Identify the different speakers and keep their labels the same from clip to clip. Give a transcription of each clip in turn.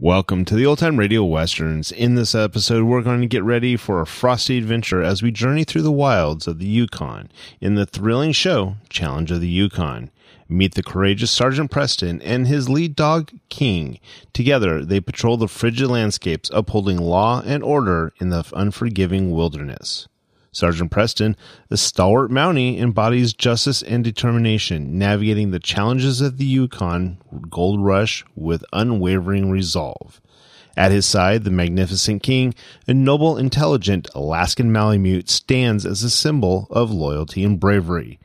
Speaker 1: Welcome to the Old Time Radio Westerns. In this episode, we're going to get ready for a frosty adventure as we journey through the wilds of the Yukon in the thrilling show Challenge of the Yukon. Meet the courageous Sergeant Preston and his lead dog, King. Together, they patrol the frigid landscapes, upholding law and order in the unforgiving wilderness. Sergeant Preston, the stalwart Mountie, embodies justice and determination, navigating the challenges of the Yukon gold rush with unwavering resolve. At his side, the magnificent king, a noble, intelligent Alaskan Malamute, stands as a symbol of loyalty and bravery.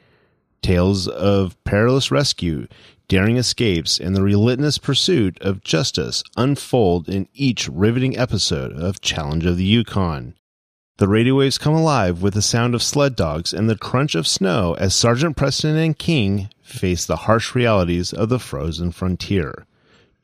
Speaker 1: Tales of perilous rescue, daring escapes, and the relentless pursuit of justice unfold in each riveting episode of Challenge of the Yukon. The radio waves come alive with the sound of sled dogs and the crunch of snow as Sergeant Preston and King face the harsh realities of the frozen frontier.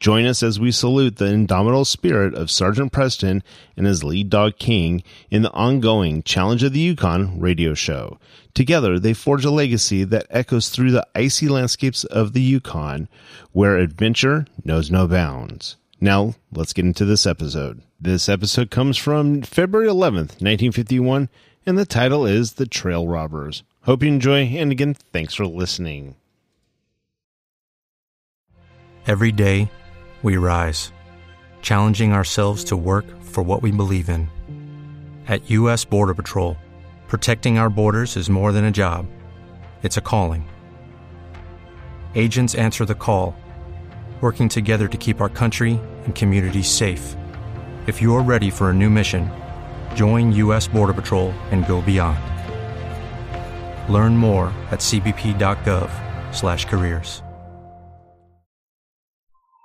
Speaker 1: Join us as we salute the indomitable spirit of Sergeant Preston and his lead dog King in the ongoing Challenge of the Yukon radio show. Together, they forge a legacy that echoes through the icy landscapes of the Yukon, where adventure knows no bounds. Now, let's get into this episode. This episode comes from February 11th, 1951, and the title is The Trail Robbers. Hope you enjoy, and again, thanks for listening.
Speaker 2: Every day, we rise, challenging ourselves to work for what we believe in. At U.S. Border Patrol, protecting our borders is more than a job, it's a calling. Agents answer the call, working together to keep our country and communities safe. If you're ready for a new mission, join U.S. Border Patrol and go beyond. Learn more at cbp.gov/careers.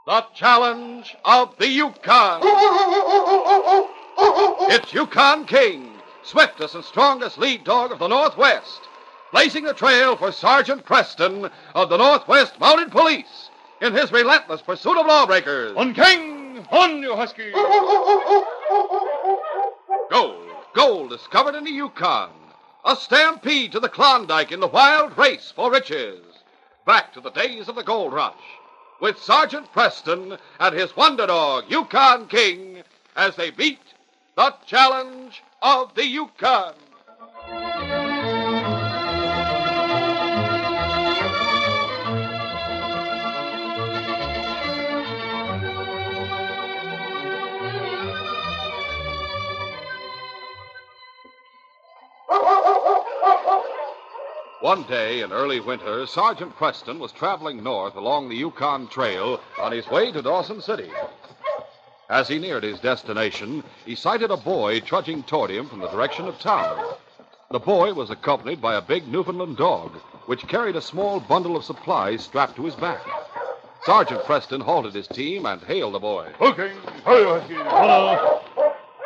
Speaker 3: The challenge of the Yukon. It's Yukon King, swiftest and strongest lead dog of the Northwest, blazing the trail for Sergeant Preston of the Northwest Mounted Police in his relentless pursuit of lawbreakers.
Speaker 4: On King! On you, Husky!
Speaker 3: Gold, gold discovered in the Yukon. A stampede to the Klondike in the wild race for riches. Back to the days of the gold rush with Sergeant Preston and his wonder dog, Yukon King, as they beat the challenge of the Yukon. One day in early winter, Sergeant Preston was traveling north along the Yukon Trail on his way to Dawson City. As he neared his destination, he sighted a boy trudging toward him from the direction of town. The boy was accompanied by a big Newfoundland dog, which carried a small bundle of supplies strapped to his back. Sergeant Preston halted his team and hailed the boy.
Speaker 4: Okay. Hurry, Husky. Hello.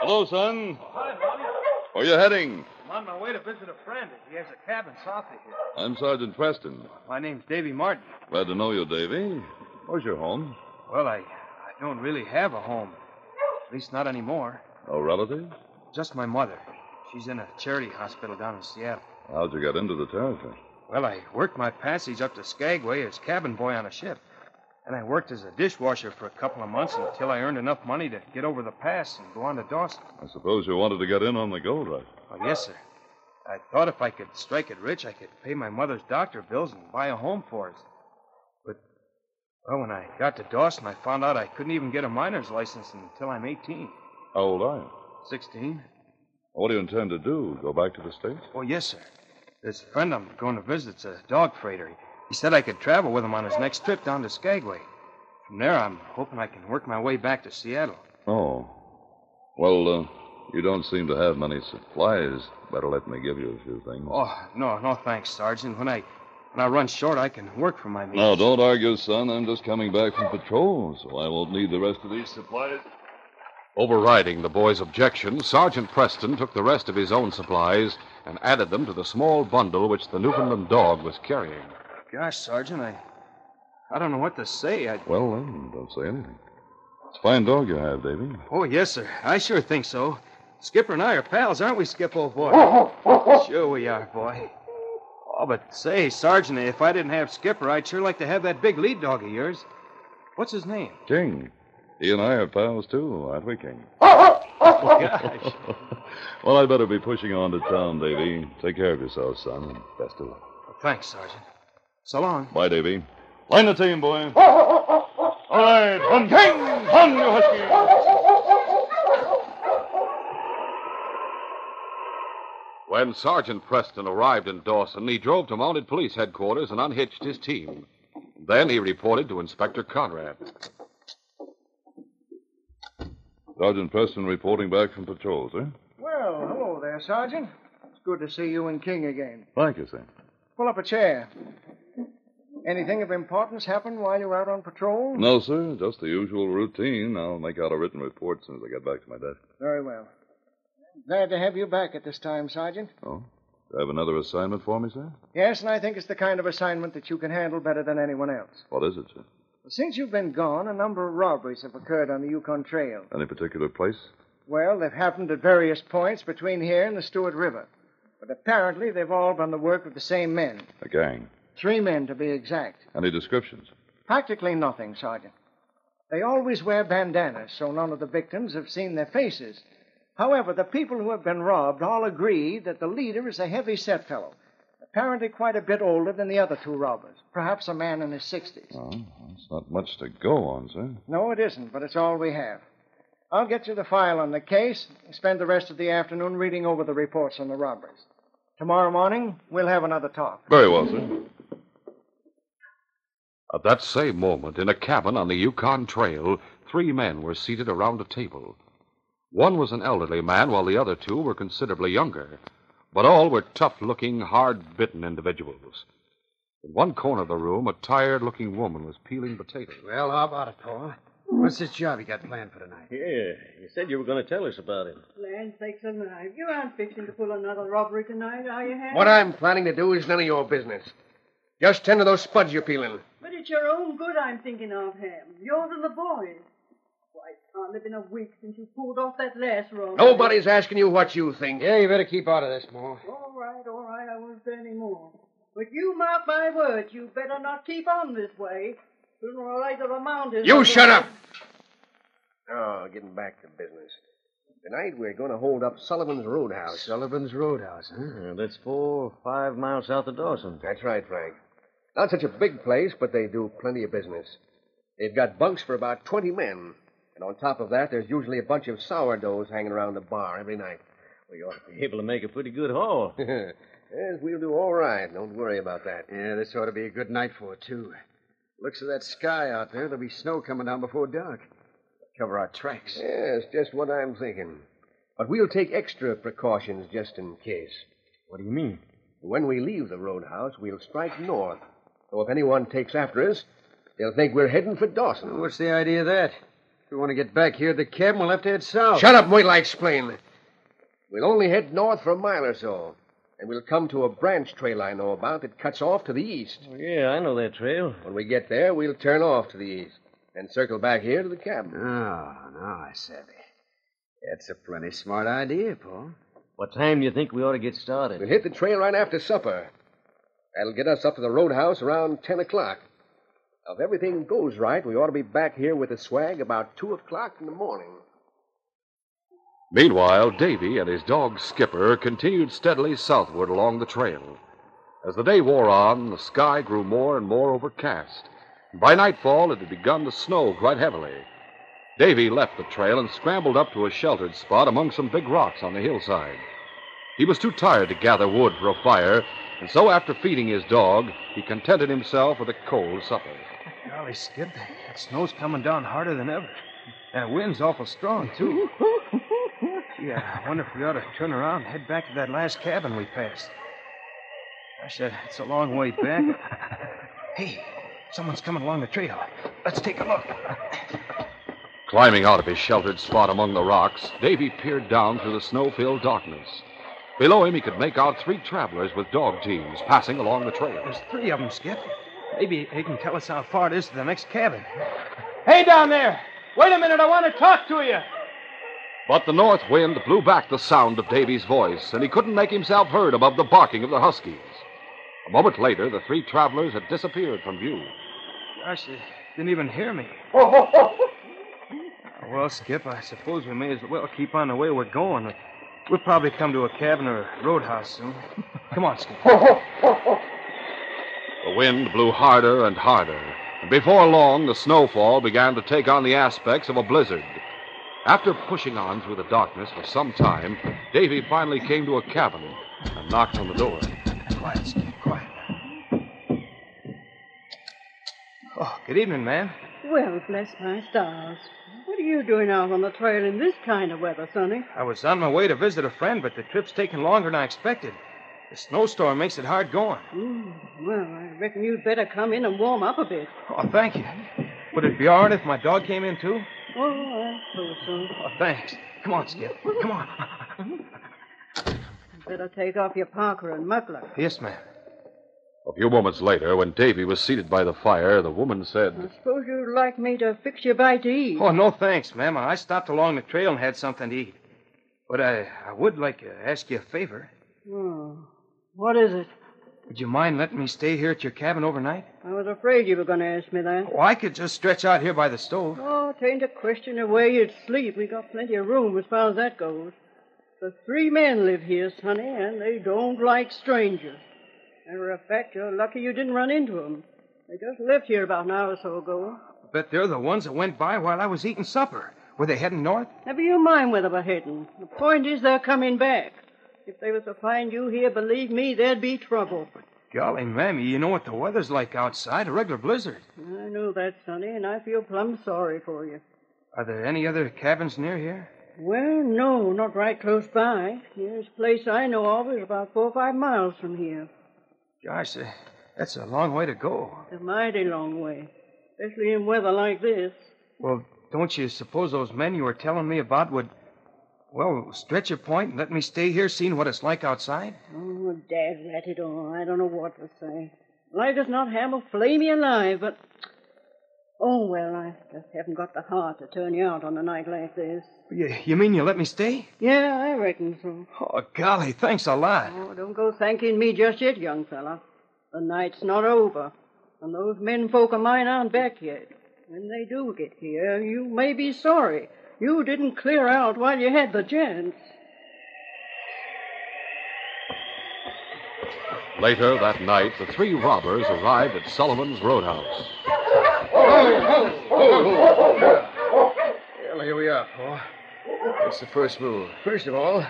Speaker 4: Hello, son.
Speaker 5: Hi, Monty.
Speaker 4: Where you heading?
Speaker 5: I'm on my way to visit a friend. He has a cabin south of here.
Speaker 4: I'm Sergeant Preston.
Speaker 5: My name's Davy Martin.
Speaker 4: Glad to know you, Davy. Where's your home?
Speaker 5: Well, I, I don't really have a home. At least not anymore.
Speaker 4: No relatives?
Speaker 5: Just my mother. She's in a charity hospital down in Seattle.
Speaker 4: How'd you get into the territory?
Speaker 5: Well, I worked my passage up to Skagway as cabin boy on a ship. And I worked as a dishwasher for a couple of months until I earned enough money to get over the pass and go on to Dawson.
Speaker 4: I suppose you wanted to get in on the gold rush.
Speaker 5: Well, yes, sir. I thought if I could strike it rich, I could pay my mother's doctor bills and buy a home for us. But, well, when I got to Dawson, I found out I couldn't even get a miner's license until I'm 18.
Speaker 4: How old are you?
Speaker 5: 16?
Speaker 4: What do you intend to do? Go back to the States?
Speaker 5: Oh, yes, sir. This friend I'm going to visit's a dog freighter. He- He said I could travel with him on his next trip down to Skagway. From there, I'm hoping I can work my way back to Seattle.
Speaker 4: Oh.
Speaker 3: Well, uh, you don't seem to have many supplies. Better let me give you a few things.
Speaker 5: Oh, no, no thanks, Sergeant. When I when I run short, I can work for my means.
Speaker 3: Now, don't argue, son. I'm just coming back from patrol, so I won't need the rest of these supplies. Overriding the boy's objection, Sergeant Preston took the rest of his own supplies and added them to the small bundle which the Newfoundland dog was carrying.
Speaker 5: Gosh, Sergeant, I I don't know what to say. I
Speaker 3: Well, then, don't say anything. It's a fine dog you have, Davy.
Speaker 5: Oh, yes, sir. I sure think so. Skipper and I are pals, aren't we, Skip, old boy? sure we are, boy. Oh, but say, Sergeant, if I didn't have Skipper, I'd sure like to have that big lead dog of yours. What's his name?
Speaker 3: King. He and I are pals, too, aren't we, King?
Speaker 5: Oh, Gosh.
Speaker 3: Well, I'd better be pushing on to town, Davy. Take care of yourself, son, and best of luck.
Speaker 5: Thanks, Sergeant. So long.
Speaker 3: Bye, Davy. Line the team, boy.
Speaker 4: All right, run, gang, run, you husky.
Speaker 3: When Sergeant Preston arrived in Dawson, he drove to Mounted Police headquarters and unhitched his team. Then he reported to Inspector Conrad. Sergeant Preston reporting back from eh? patrol, sir.
Speaker 6: Well, hello there, Sergeant. It's good to see you and King again.
Speaker 3: Thank you, sir.
Speaker 6: Pull up a chair. Anything of importance happened while you were out on patrol?
Speaker 3: No, sir, just the usual routine. I'll make out a written report as soon as I get back to my desk.
Speaker 6: Very well. Glad to have you back at this time, Sergeant.
Speaker 3: Oh? Do you have another assignment for me, sir?
Speaker 6: Yes, and I think it's the kind of assignment that you can handle better than anyone else.
Speaker 3: What is it, sir?
Speaker 6: Since you've been gone, a number of robberies have occurred on the Yukon Trail.
Speaker 3: Any particular place?
Speaker 6: Well, they've happened at various points between here and the Stewart River. But apparently they've all been the work of the same men.
Speaker 3: A gang.
Speaker 6: Three men, to be exact.
Speaker 3: Any descriptions?
Speaker 6: Practically nothing, Sergeant. They always wear bandanas, so none of the victims have seen their faces. However, the people who have been robbed all agree that the leader is a heavy set fellow, apparently quite a bit older than the other two robbers, perhaps a man in his 60s.
Speaker 3: Oh, that's not much to go on, sir.
Speaker 6: No, it isn't, but it's all we have. I'll get you the file on the case and spend the rest of the afternoon reading over the reports on the robberies. Tomorrow morning, we'll have another talk.
Speaker 3: Very well, sir. At that same moment, in a cabin on the Yukon Trail, three men were seated around a table. One was an elderly man, while the other two were considerably younger. But all were tough looking, hard bitten individuals. In one corner of the room, a tired looking woman was peeling potatoes.
Speaker 7: Well, how about it, Paul? What's this job you got planned for tonight?
Speaker 8: Yeah, you said you were going to tell us about him.
Speaker 9: Land sakes alive. You aren't fixing to pull another robbery tonight, are you, Hank?
Speaker 7: What I'm planning to do is none of your business. Just tend to those spuds you're peeling.
Speaker 9: But it's your own good I'm thinking of, Ham. Yours and the boys. Why, it's hardly been a week since you pulled off that last robbery.
Speaker 7: Nobody's asking you what you think.
Speaker 8: Yeah, you better keep out of this, Ma.
Speaker 9: All right, all right, I won't say any more. But you mark my words, you better not keep on this way. Sooner or later the mountains...
Speaker 7: You shut up! Oh, getting back to business. Tonight we're going to hold up Sullivan's Roadhouse. Sullivan's Roadhouse, huh?
Speaker 8: that's four, five miles south of Dawson.
Speaker 7: That's right, Frank. Not such a big place, but they do plenty of business. They've got bunks for about 20 men. And on top of that, there's usually a bunch of sourdoughs hanging around the bar every night. We ought to
Speaker 8: Able to make a pretty good haul.
Speaker 7: yes, we'll do all right. Don't worry about that. Yeah, this ought to be a good night for it, too. Looks of that sky out there, there'll be snow coming down before dark. Cover our tracks. Yes, just what I'm thinking. But we'll take extra precautions just in case.
Speaker 8: What do you mean?
Speaker 7: When we leave the roadhouse, we'll strike north. So if anyone takes after us, they'll think we're heading for Dawson.
Speaker 8: What's the idea of that? If we want to get back here to the cabin, we'll have to head south.
Speaker 7: Shut up and wait till I explain. We'll only head north for a mile or so, and we'll come to a branch trail I know about that cuts off to the east.
Speaker 8: Oh, Yeah, I know that trail.
Speaker 7: When we get there, we'll turn off to the east and circle back here to the cabin.
Speaker 8: Ah,
Speaker 7: no, I savvy. That's a plenty smart idea, Paul.
Speaker 8: What time do you think we ought to get started?
Speaker 7: We'll hit the trail right after supper. That'll get us up to the roadhouse around 10 o'clock. Now, if everything goes right, we ought to be back here with the swag about 2 o'clock in the morning.
Speaker 3: Meanwhile, Davy and his dog Skipper continued steadily southward along the trail. As the day wore on, the sky grew more and more overcast. By nightfall, it had begun to snow quite heavily. Davy left the trail and scrambled up to a sheltered spot among some big rocks on the hillside. He was too tired to gather wood for a fire, and so after feeding his dog, he contented himself with a cold supper.
Speaker 5: Golly, Skip, that snow's coming down harder than ever. That wind's awful strong, too. Yeah, I wonder if we ought to turn around and head back to that last cabin we passed. Gosh, that, that's a long way back. hey, someone's coming along the trail. Let's take a look.
Speaker 3: Climbing out of his sheltered spot among the rocks, Davy peered down through the snow filled darkness. Below him, he could make out three travelers with dog teams passing along the trail.
Speaker 5: There's three of them, Skip. Maybe they can tell us how far it is to the next cabin. Hey, down there! Wait a minute, I want to talk to you.
Speaker 3: But the north wind blew back the sound of Davy's voice, and he couldn't make himself heard above the barking of the huskies. A moment later, the three travelers had disappeared from view.
Speaker 5: Gosh, they didn't even hear me. Well, Skip, I suppose we may as well keep on the way we're going. We'll probably come to a cabin or a roadhouse soon. Come on, Skip.
Speaker 3: The wind blew harder and harder, and before long, the snowfall began to take on the aspects of a blizzard. After pushing on through the darkness for some time, Davy finally came to a cabin and knocked on the door.
Speaker 5: Quiet, Skip, quiet. Oh, good evening, ma'am.
Speaker 9: Well, bless my stars. What are you doing out on the trail in this kind of weather, Sonny?
Speaker 5: I was on my way to visit a friend, but the trip's taken longer than I expected. The snowstorm makes it hard going.
Speaker 9: Mm, well, I reckon you'd better come in and warm up a bit.
Speaker 5: Oh, thank you. Would it be all right if my dog came in, too?
Speaker 9: Oh, I suppose so.
Speaker 5: Oh, thanks. Come on, Skip. Come on.
Speaker 9: Better take off your parker and muffler.
Speaker 5: Yes, ma'am.
Speaker 3: A few moments later, when Davy was seated by the fire, the woman said,
Speaker 9: I suppose you'd like me to fix you a bite to eat.
Speaker 5: Oh, no thanks, ma'am. I stopped along the trail and had something to eat. But I, I would like to ask you a favor.
Speaker 9: Oh, what is it?
Speaker 5: Would you mind letting me stay here at your cabin overnight?
Speaker 9: I was afraid you were going to ask me that.
Speaker 5: Oh, I could just stretch out here by the stove.
Speaker 9: Oh, it ain't a question of where you'd sleep. We got plenty of room as far as that goes. The three men live here, Sonny, and they don't like strangers. Matter of fact, you're lucky you didn't run into 'em. They just left here about an hour or so ago.
Speaker 5: But they're the ones that went by while I was eating supper. Were they heading north?
Speaker 9: Never you mind where they were heading. The point is they're coming back. If they was to find you here, believe me, there'd be trouble.
Speaker 5: Golly, Mammy, you know what the weather's like outside. A regular blizzard.
Speaker 9: I know that, Sonny, and I feel plumb sorry for you.
Speaker 5: Are there any other cabins near here?
Speaker 9: Well, no, not right close by. Nearest place I know of is about four or five miles from here.
Speaker 5: Gosh, uh, that's a long way to go.
Speaker 9: It's a mighty long way, especially in weather like this.
Speaker 5: Well, don't you suppose those men you were telling me about would, well, stretch a point and let me stay here seeing what it's like outside?
Speaker 9: Oh, Dad, rat it all. I don't know what to say. Life does not hammer flay me alive, but. Oh, well, I just haven't got the heart to turn you out on a night like this.
Speaker 5: You, you mean you let me stay?
Speaker 9: Yeah, I reckon so.
Speaker 5: Oh, golly, thanks a lot.
Speaker 9: Oh, don't go thanking me just yet, young fella. The night's not over, and those men folk of mine aren't back yet. When they do get here, you may be sorry you didn't clear out while you had the chance.
Speaker 3: Later that night, the three robbers arrived at Sullivan's Roadhouse.
Speaker 7: Well, here we are, Paul. What's the first move?
Speaker 8: First of all,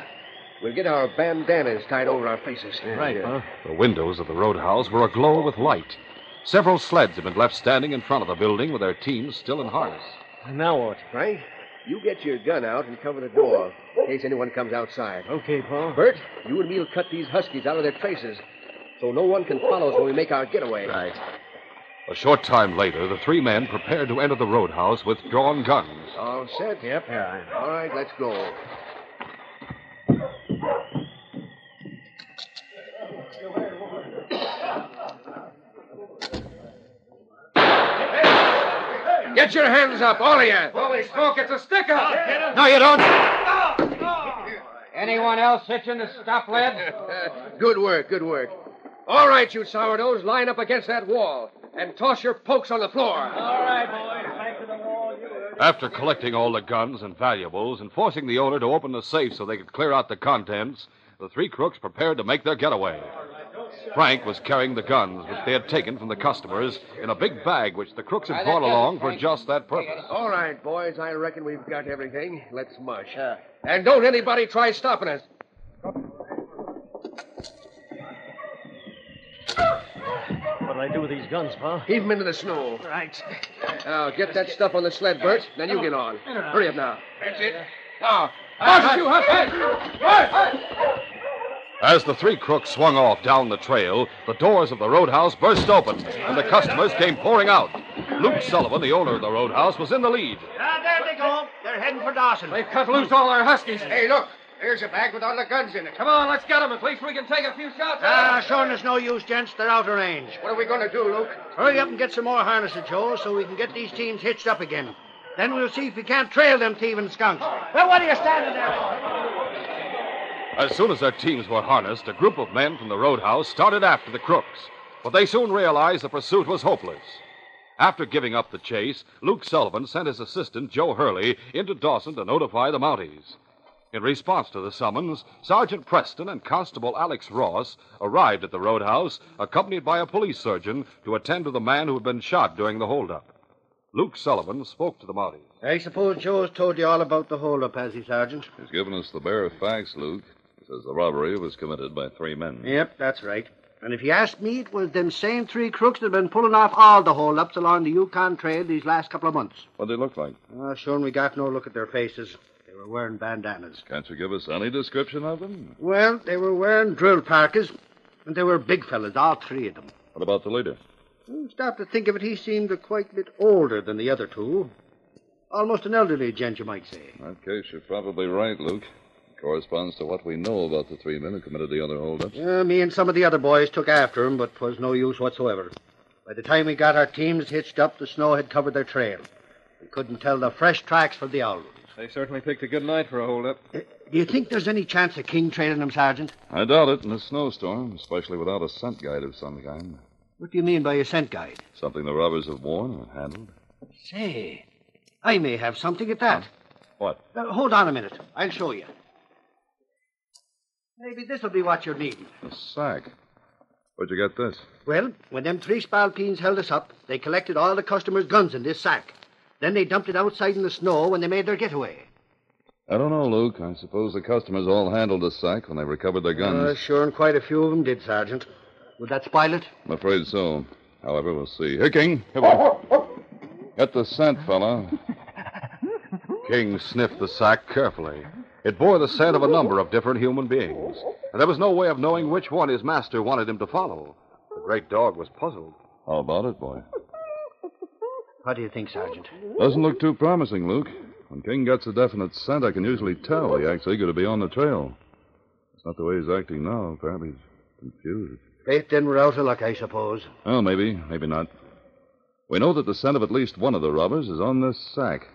Speaker 8: we'll get our bandanas tied over our faces.
Speaker 7: Right, huh?
Speaker 3: The windows of the roadhouse were aglow with light. Several sleds had been left standing in front of the building with their teams still in harness.
Speaker 8: Now what?
Speaker 7: Frank, you get your gun out and cover the door in case anyone comes outside.
Speaker 8: Okay, Paul.
Speaker 7: Bert, you and me'll cut these huskies out of their traces so no one can follow us when we make our getaway.
Speaker 8: Right.
Speaker 3: A short time later, the three men prepared to enter the roadhouse with drawn guns.
Speaker 7: All set?
Speaker 8: Yep. Yeah.
Speaker 7: All right, let's go.
Speaker 8: Get your hands up, all of you.
Speaker 5: Holy smoke, it's a stick up!
Speaker 8: No, you don't.
Speaker 5: Anyone else hitching the stop lead?
Speaker 8: good work, good work. All right, you sourdoughs, line up against that wall and toss your pokes on the floor.
Speaker 5: All right, boys, back to the wall.
Speaker 3: After collecting all the guns and valuables and forcing the owner to open the safe so they could clear out the contents, the three crooks prepared to make their getaway. Frank was carrying the guns which they had taken from the customers in a big bag which the crooks had brought along for just that purpose.
Speaker 8: All right, boys, I reckon we've got everything. Let's march. And don't anybody try stopping us.
Speaker 10: What'll I do with these guns, Pa?
Speaker 8: Heave 'em into the snow.
Speaker 10: Right.
Speaker 8: Now, get that stuff on the sled, Bert. Then you get on. Hurry up now. Now, Marsh, you have
Speaker 3: As the three crooks swung off down the trail, the doors of the roadhouse burst open, and the customers came pouring out. Luke Sullivan, the owner of the roadhouse, was in the lead.
Speaker 11: Ah, there they go. They're heading for Dawson.
Speaker 8: They've cut loose all our huskies.
Speaker 11: Hey, look. Here's a bag with all the guns in it.
Speaker 8: Come on, let's get them. At least we can take a few shots.
Speaker 11: Ah, showing us no use, gents. They're out of range.
Speaker 8: What are we going to do, Luke?
Speaker 11: Hurry up and get some more harnesses, Joe, so we can get these teams hitched up again. Then we'll see if we can't trail them thieving skunks. Well, what are you standing there
Speaker 3: As soon as their teams were harnessed, a group of men from the roadhouse started after the crooks, but they soon realized the pursuit was hopeless. After giving up the chase, Luke Sullivan sent his assistant, Joe Hurley, into Dawson to notify the Mounties. In response to the summons, Sergeant Preston and Constable Alex Ross arrived at the roadhouse, accompanied by a police surgeon to attend to the man who had been shot during the holdup. Luke Sullivan spoke to the Mounties.
Speaker 11: I suppose Joe's told you all about the holdup, has he, Sergeant?
Speaker 12: He's given us the bare facts, Luke. Says the robbery was committed by three men.
Speaker 11: Yep, that's right. And if you ask me, it was them same three crooks that have been pulling off all the holdups along the Yukon Trail these last couple of months.
Speaker 12: What'd they look like?
Speaker 11: Uh, sure, we got no look at their faces. They were wearing bandanas.
Speaker 12: Can't you give us any description of them?
Speaker 11: Well, they were wearing drill parkas, and they were big fellas, all three of them.
Speaker 12: What about the leader?
Speaker 11: Well, Stop to think of it, he seemed quite a bit older than the other two. Almost an elderly gent, you might say.
Speaker 12: In that case, you're probably right, Luke. It corresponds to what we know about the three men who committed the other holdups.
Speaker 11: Uh, me and some of the other boys took after him, but 'twas no use whatsoever. By the time we got our teams hitched up, the snow had covered their trail. We couldn't tell the fresh tracks from the owl. Eh,
Speaker 13: They certainly picked a good night for a holdup.
Speaker 11: Do you think there's any chance of King trailing them, Sergeant?
Speaker 12: I doubt it in a snowstorm, especially without a scent guide of some kind.
Speaker 11: What do you mean by a scent guide?
Speaker 12: Something the robbers have worn or handled.
Speaker 11: Say, I may have something at that.
Speaker 12: What?
Speaker 11: Uh, hold on a minute. I'll show you. Maybe this'll be what you're needing.
Speaker 12: A sack. Where'd you get this?
Speaker 11: Well, when them three spalpeens held us up, they collected all the customers' guns in this sack. Then they dumped it outside in the snow when they made their getaway.
Speaker 12: I don't know, Luke. I suppose the customers all handled the sack when they recovered their guns.
Speaker 11: Uh, sure, and quite a few of them did, Sergeant. Would that spoil it?
Speaker 12: I'm afraid so. However, we'll see. Here, King. Here, boy. Get the scent, fella.
Speaker 3: King sniffed the sack carefully. It bore the scent of a number of different human beings, and there was no way of knowing which one his master wanted him to follow. The great dog was puzzled.
Speaker 12: How about it, boy?
Speaker 11: What do you think, Sergeant?
Speaker 12: Doesn't look too promising, Luke. When King gets a definite scent, I can usually tell he acts eager to be on the trail. It's not the way he's acting now. Apparently he's confused.
Speaker 11: Faith, then we're out of luck, I suppose.
Speaker 12: Well, maybe, maybe not. We know that the scent of at least one of the robbers is on this sack.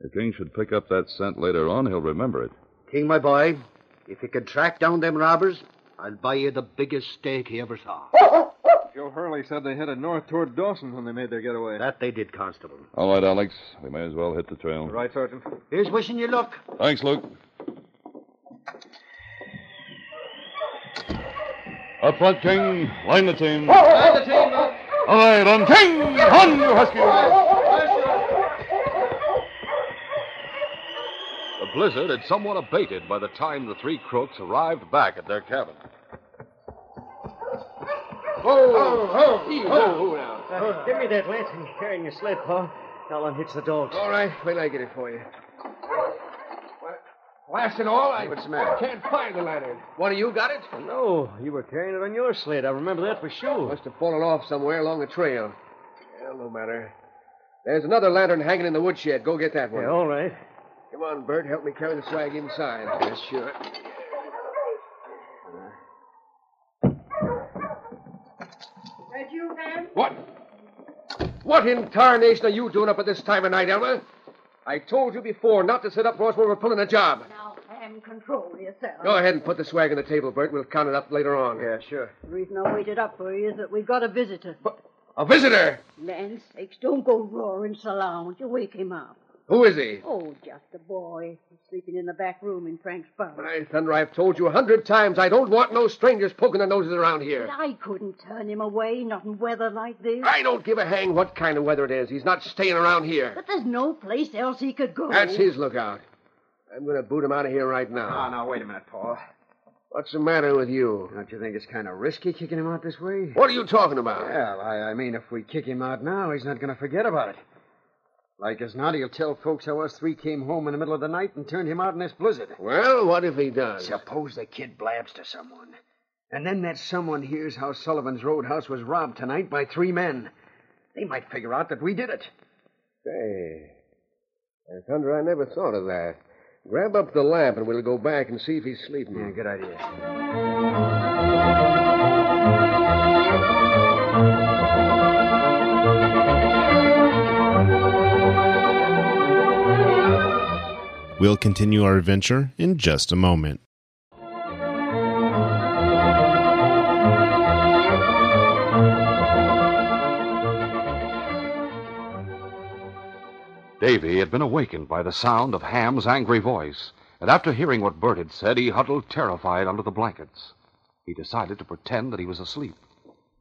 Speaker 12: If King should pick up that scent later on, he'll remember it.
Speaker 11: King, my boy, if you can track down them robbers, I'll buy you the biggest steak he ever saw.
Speaker 13: Joe Hurley said they headed north toward Dawson when they made their getaway.
Speaker 11: That they did, Constable.
Speaker 12: All right, Alex. We may as well hit the trail.
Speaker 13: Right, Sergeant.
Speaker 11: Here's wishing you luck.
Speaker 12: Thanks, Luke. Up front, King. Line the team.
Speaker 8: Line the team up.
Speaker 12: All right, on King! On, you Huskies!
Speaker 3: The blizzard had somewhat abated by the time the three crooks arrived back at their cabin.
Speaker 8: Ho, ho, ho, now.
Speaker 10: Uh, give me that lantern you're carrying your sled, Pa. I'll unhitch the dogs.
Speaker 8: All right, wait till I get it for you. Last and all, I What's the matter? can't find the lantern. One of you got it?
Speaker 10: Oh, No, you were carrying it on your sled. I remember that for sure.
Speaker 8: Must have fallen off somewhere along the trail. Well, no matter. There's another lantern hanging in the woodshed. Go get that one.
Speaker 10: Yeah, all right.
Speaker 8: Come on, Bert. Help me carry the swag inside. Yes, sure.
Speaker 9: That you, Ham?
Speaker 8: What? What in tarnation are you doing up at this time of night, Elmer? I told you before not to sit up for us when we're pulling a job.
Speaker 9: Now, Ham, control yourself.
Speaker 8: Go ahead and put the swag on the table, Bert. We'll count it up later on. Yeah, sure.
Speaker 9: The reason I waited up for you is that we've got a visitor.
Speaker 8: A visitor!
Speaker 9: Land's sakes, don't go roaring so loud. Won't You wake him up.
Speaker 8: Who is he?
Speaker 9: Oh, just a boy. He's sleeping in the back room in Frank's bunk.
Speaker 8: By thunder, I've told you a hundred times I don't want no strangers poking their noses around
Speaker 9: But
Speaker 8: here.
Speaker 9: I couldn't turn him away, not in weather like this.
Speaker 8: I don't give a hang what kind of weather it is. He's not staying around here.
Speaker 9: But there's no place else he could go.
Speaker 8: That's his lookout. I'm going to boot him out of here right now.
Speaker 7: Oh, no, wait a minute, Paul.
Speaker 8: What's the matter with you?
Speaker 7: Don't you think it's kind of risky kicking him out this way?
Speaker 8: What are you talking about?
Speaker 7: Well, I, I mean, if we kick him out now, he's not going to forget about it. Like as not, he'll tell folks how us three came home in the middle of the night and turned him out in this blizzard.
Speaker 8: Well, what if he does?
Speaker 7: Suppose the kid blabs to someone. And then that someone hears how Sullivan's Roadhouse was robbed tonight by three men. They might figure out that we did it.
Speaker 14: Say, by thunder, I never thought of that. Grab up the lamp and we'll go back and see if he's sleeping. Yeah,
Speaker 7: good idea.
Speaker 1: We'll continue our adventure in just a moment.
Speaker 3: Davy had been awakened by the sound of Ham's angry voice, and after hearing what Bert had said, he huddled terrified under the blankets. He decided to pretend that he was asleep.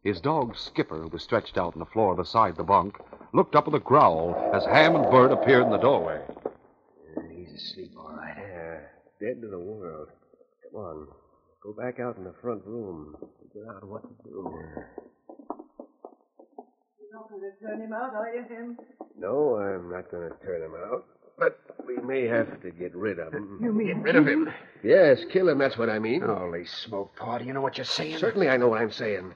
Speaker 3: His dog, Skipper, who was stretched out on the floor beside the bunk, looked up with a growl as Ham and Bert appeared in the doorway.
Speaker 14: He's asleep, all right. Yeah, dead to the world. Come on, go back out in the front room. Figure out what to do.
Speaker 9: You're not going to turn him out, are you, Hem?
Speaker 14: No, I'm not going to turn him out, but we may have to get rid of him.
Speaker 9: You mean
Speaker 14: Get rid of him? Yes, kill him. That's what I mean.
Speaker 7: Holy smoke, Paul. Do you know what you're saying?
Speaker 14: Certainly, I know what I'm saying.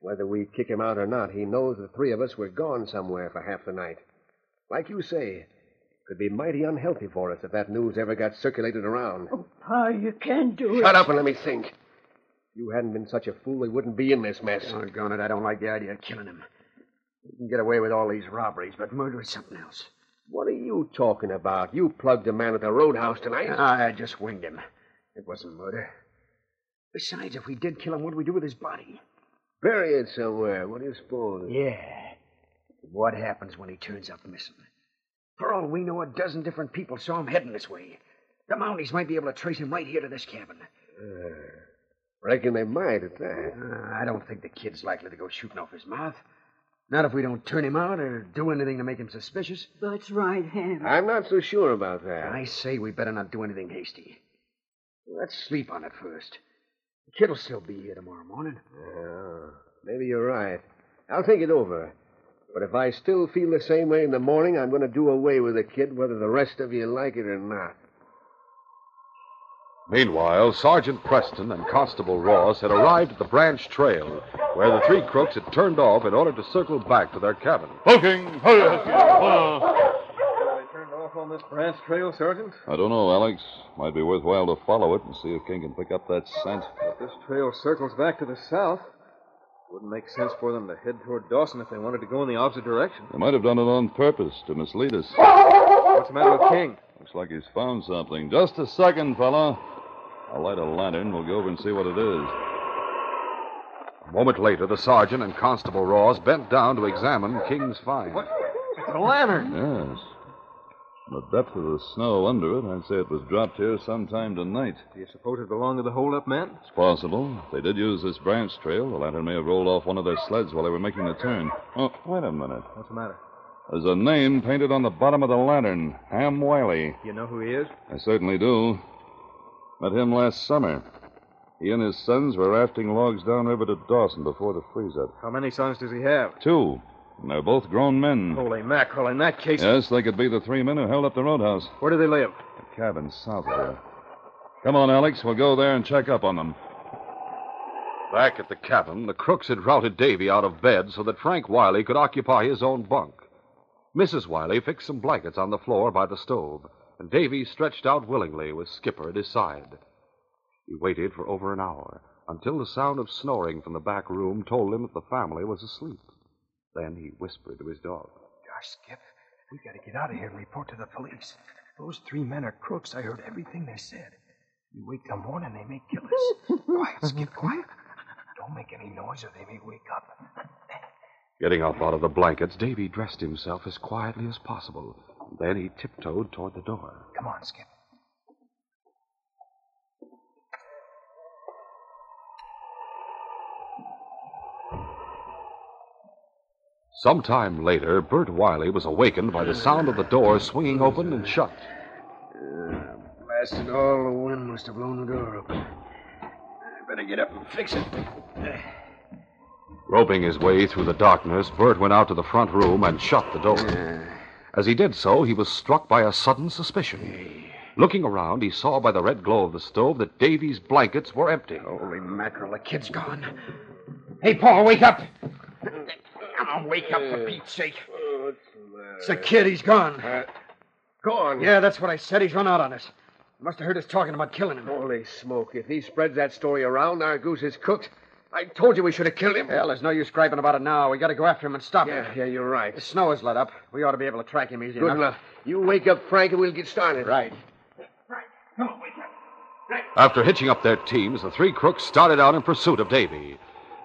Speaker 14: Whether we kick him out or not, he knows the three of us were gone somewhere for half the night. Like you say, could be mighty unhealthy for us if that news ever got circulated around.
Speaker 9: Pa, you can't do it.
Speaker 14: Shut up and let me think. If you hadn't been such a fool, we wouldn't be in this mess.
Speaker 7: Doggone it, I don't like the idea of killing him. You can get away with all these robberies, but murder is something else.
Speaker 14: What are you talking about? You plugged a man at the roadhouse tonight.
Speaker 7: I just winged him. It wasn't murder. Besides, if we did kill him, what do we do with his body?
Speaker 14: Bury it somewhere. What do you suppose?
Speaker 7: Yeah. What happens when he turns up missing? For all we know, a dozen different people saw him heading this way. The Mounties might be able to trace him right here to this cabin.
Speaker 14: Uh, reckon they might at that.
Speaker 7: Uh, I don't think the kid's likely to go shooting off his mouth. Not if we don't turn him out or do anything to make him suspicious.
Speaker 9: That's right, Ham.
Speaker 14: I'm not so sure about that.
Speaker 7: I say we better not do anything hasty. Let's sleep on it first. The kid'll still be here tomorrow morning.
Speaker 14: Yeah, maybe you're right. I'll think it over. But if I still feel the same way in the morning, I'm going to do away with the kid, whether the rest of you like it or not.
Speaker 3: Meanwhile, Sergeant Preston and Constable Ross had arrived at the branch trail, where the three crooks had turned off in order to circle back to their cabin.
Speaker 4: Hulking!
Speaker 13: Have they turned off on this branch trail, Sergeant?
Speaker 12: I don't know, Alex. Might be worthwhile to follow it and see if King can pick up that scent.
Speaker 13: But this trail circles back to the south. Wouldn't make sense for them to head toward Dawson if they wanted to go in the opposite direction.
Speaker 12: They might have done it on purpose to mislead us.
Speaker 13: What's the matter with King?
Speaker 12: Looks like he's found something. Just a second, fella. I'll light a lantern. We'll go over and see what it is.
Speaker 3: A moment later, the sergeant and Constable Ross bent down to examine King's find.
Speaker 13: It's a lantern.
Speaker 12: Yes. From the depth of the snow under it, I'd say it was dropped here sometime tonight.
Speaker 13: Do you suppose it belonged to the holdup man?
Speaker 12: It's possible. If they did use this branch trail, the lantern may have rolled off one of their sleds while they were making the turn. Oh, wait a minute.
Speaker 13: What's the matter?
Speaker 12: There's a name painted on the bottom of the lantern Ham Wiley.
Speaker 13: You know who he is?
Speaker 12: I certainly do. Met him last summer. He and his sons were rafting logs downriver to Dawson before the freeze up.
Speaker 13: How many sons does he have?
Speaker 12: Two. And they're both grown men.
Speaker 13: Holy mackerel, in that case.
Speaker 12: Yes, they could be the three men who held up the roadhouse.
Speaker 13: Where do they live?
Speaker 12: A cabin south of here. Come on, Alex. We'll go there and check up on them.
Speaker 3: Back at the cabin, the crooks had routed Davy out of bed so that Frank Wiley could occupy his own bunk. Mrs. Wiley fixed some blankets on the floor by the stove, and Davy stretched out willingly with Skipper at his side. He waited for over an hour until the sound of snoring from the back room told him that the family was asleep. Then he whispered to his dog.
Speaker 5: Gosh, Skip, we gotta get out of here and report to the police. Those three men are crooks. I heard everything they said. You wait till morning, they may kill us. quiet, Skip, quiet. Don't make any noise or they may wake up.
Speaker 3: Getting up out of the blankets, Davy dressed himself as quietly as possible. Then he tiptoed toward the door.
Speaker 5: Come on, Skip.
Speaker 3: Sometime later, Bert Wiley was awakened by the sound of the door swinging open and shut.
Speaker 7: Uh, Blasted all the wind must have blown the door open. I better get up and fix it. Uh,
Speaker 3: Groping his way through the darkness, Bert went out to the front room and shut the door. As he did so, he was struck by a sudden suspicion. Looking around, he saw by the red glow of the stove that Davy's blankets were empty. Holy mackerel, the kid's gone.
Speaker 15: Hey, Paul, wake up. Now, wake up, for Pete's sake.
Speaker 7: Oh,
Speaker 15: It's the kid. He's gone.
Speaker 7: Uh, gone?
Speaker 15: Yeah, that's what I said. He's run out on us. Must have heard us talking about killing him.
Speaker 7: Holy smoke. If he spreads that story around, our goose is cooked. I told you we should have killed him.
Speaker 15: Well, there's no use griping about it now. We gotta go after him and stop him.
Speaker 7: Yeah, yeah, you're right.
Speaker 15: The snow has let up. We ought to be able to track him easy
Speaker 7: Good
Speaker 15: enough.
Speaker 7: enough. You wake up, Frank, and we'll get started.
Speaker 15: Right.
Speaker 3: After hitching up their teams, the three crooks started out in pursuit of Davy.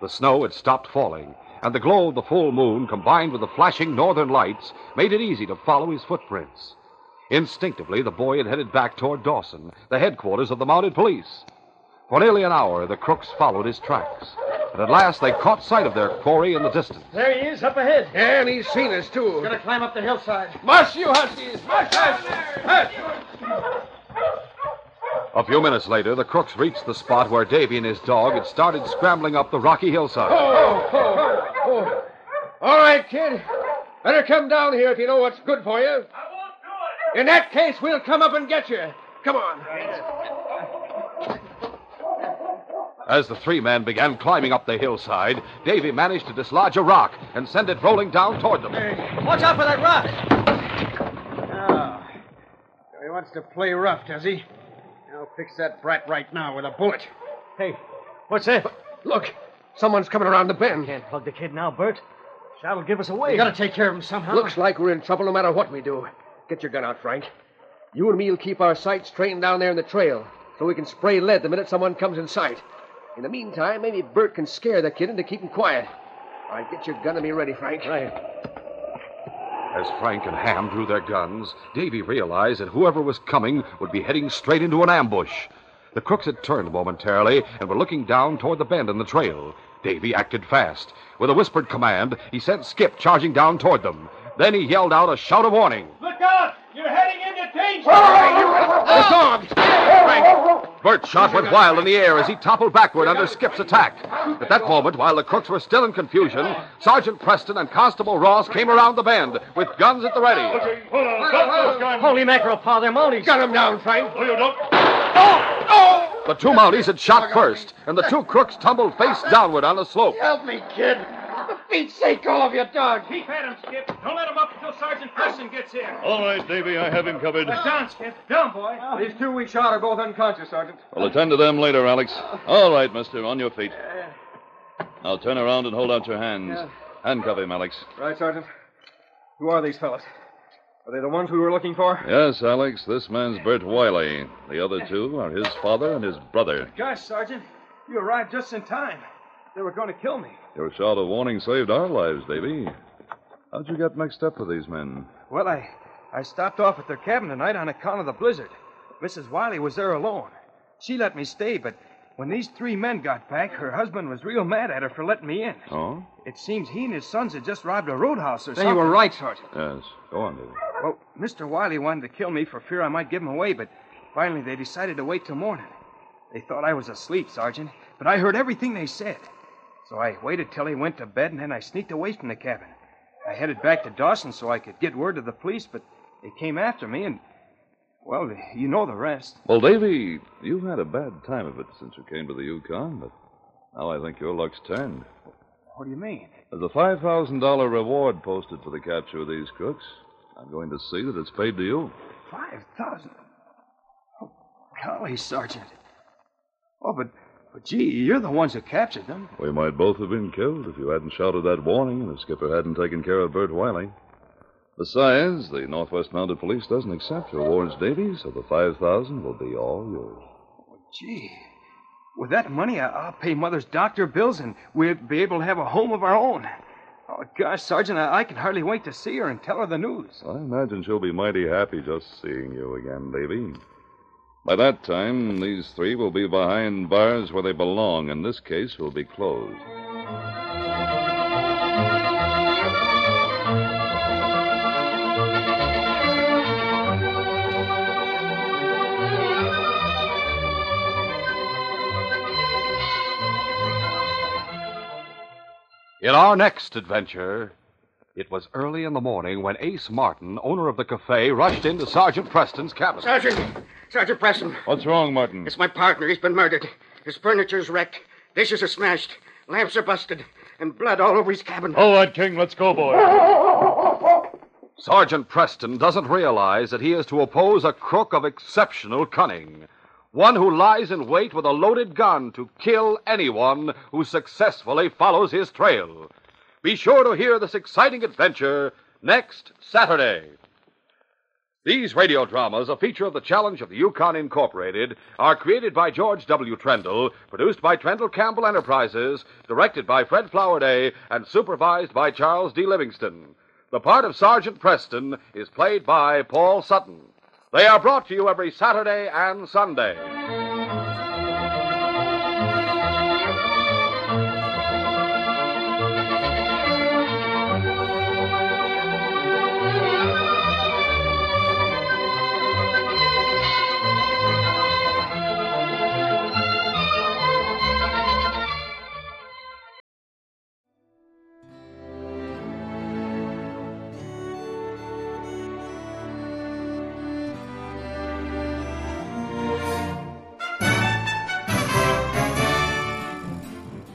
Speaker 3: The snow had stopped falling, and the glow of the full moon, combined with the flashing northern lights, made it easy to follow his footprints. Instinctively, the boy had headed back toward Dawson, the headquarters of the mounted police. For nearly an hour, the crooks followed his tracks, and at last they caught sight of their quarry in the distance.
Speaker 13: There he is, up ahead.
Speaker 7: Yeah, and he's seen us, too. He's
Speaker 13: gonna climb up the hillside.
Speaker 7: March, you huskies! March, march! march!
Speaker 3: A few minutes later, the crooks reached the spot where Davy and his dog had started scrambling up the rocky hillside.
Speaker 7: Oh, oh, oh. All right, kid. Better come down here if you know what's good for you. I won't do it. In that case, we'll come up and get you. Come on.
Speaker 3: As the three men began climbing up the hillside, Davy managed to dislodge a rock and send it rolling down toward them.
Speaker 13: Watch out for that rock.
Speaker 15: Oh, He wants to play rough, does he? I'll fix that brat right now with a bullet.
Speaker 13: Hey, what's that?
Speaker 7: Look, someone's coming around the bend.
Speaker 13: Can't plug the kid now, Bert. That'll give us away.
Speaker 15: We gotta take care of him somehow.
Speaker 7: Looks like we're in trouble no matter what we do. Get your gun out, Frank. You and me'll keep our sights trained down there in the trail, so we can spray lead the minute someone comes in sight. In the meantime, maybe Bert can scare the kid into keeping quiet. All right, get your gun and be ready, Frank. Right.
Speaker 3: As Frank and Ham drew their guns, Davy realized that whoever was coming would be heading straight into an ambush. The crooks had turned momentarily and were looking down toward the bend in the trail. Davy acted fast. With a whispered command, he sent Skip charging down toward them. Then he yelled out a shout of warning.
Speaker 8: Look out! You're heading into danger!
Speaker 3: The dog! Bert's shot went wild in the air as he toppled backward under Skip's attack. At that moment, while the crooks were still in confusion, Sergeant Preston and Constable Ross came around the bend with guns at the ready.
Speaker 13: Holy mackerel, Pa, they're Mounties.
Speaker 7: Gun him down, Frank.
Speaker 8: Oh, you don't.
Speaker 3: The two Mounties had shot first, and the two crooks tumbled face downward on the slope.
Speaker 15: Help me, kid. For Pete's sake, all of your dog.
Speaker 8: Keep at him, Skip. Don't let him up until Sergeant Preston gets here.
Speaker 12: All right, Davy, I have him covered.
Speaker 8: Down, Skip. Down, boy.
Speaker 5: These two we shot are both unconscious, Sergeant.
Speaker 12: We'll attend to them later, Alex. All right, mister, on your feet. Now turn around and hold out your hands. Handcuff him, Alex.
Speaker 5: Right, Sergeant. Who are these fellas? Are they the ones we were looking for?
Speaker 12: Yes, Alex, this man's Bert Wiley. The other two are his father and his brother.
Speaker 5: Gosh, Sergeant, you arrived just in time. They were going to kill me.
Speaker 12: Your shout of warning saved our lives, Davy. How'd you get mixed up with these men?
Speaker 5: Well, I, I stopped off at their cabin tonight on account of the blizzard. Mrs. Wiley was there alone. She let me stay, but when these three men got back, her husband was real mad at her for letting me in.
Speaker 12: Oh?
Speaker 5: It seems he and his sons had just robbed a roadhouse or
Speaker 12: Then you
Speaker 5: something.
Speaker 12: were right,
Speaker 5: Sergeant.
Speaker 12: Yes. Go on, Davy.
Speaker 5: Well, Mr. Wiley wanted to kill me for fear I might give him away, but finally they decided to wait till morning. They thought I was asleep, Sergeant, but I heard everything they said. So I waited till he went to bed, and then I sneaked away from the cabin. I headed back to Dawson so I could get word to the police, but they came after me, and, well, you know the rest.
Speaker 12: Well, Davy, you've had a bad time of it since you came to the Yukon, but now I think your luck's turned.
Speaker 5: What do you mean?
Speaker 12: There's a $5,000 reward posted for the capture of these crooks. I'm going to see that it's paid to you.
Speaker 5: Five thousand. Oh, golly, Sergeant. Oh, but, but gee, you're the ones who captured them.
Speaker 12: We might both have been killed if you hadn't shouted that warning and if Skipper hadn't taken care of Bert Wiley. Besides, the Northwest Mounted Police doesn't accept rewards, Davy, so the 5000 will be all yours.
Speaker 5: Gee, with that money, I, I'll pay Mother's doctor bills, and we'll be able to have a home of our own. Oh, gosh, Sergeant, I, I can hardly wait to see her and tell her the news.
Speaker 12: I imagine she'll be mighty happy just seeing you again, Davy. By that time, these three will be behind bars where they belong, and this case will be closed.
Speaker 3: In our next adventure, It was early in the morning when Ace Martin, owner of the cafe, rushed into Sergeant Preston's cabin.
Speaker 7: Sergeant! Sergeant Preston.
Speaker 3: What's wrong, Martin?
Speaker 7: It's my partner. He's been murdered. His furniture's wrecked. Dishes are smashed. Lamps are busted. And blood all over his cabin.
Speaker 8: All right, King, let's go, boy.
Speaker 3: Sergeant Preston doesn't realize that he is to oppose a crook of exceptional cunning, one who lies in wait with a loaded gun to kill anyone who successfully follows his trail. Be sure to hear this exciting adventure next Saturday. These radio dramas, a feature of the Challenge of the Yukon Incorporated, are created by George W. Trendle, produced by Trendle Campbell Enterprises, directed by Fred Flowerday, and supervised by Charles D. Livingston. The part of Sergeant Preston is played by Paul Sutton. They are brought to you every Saturday and Sunday.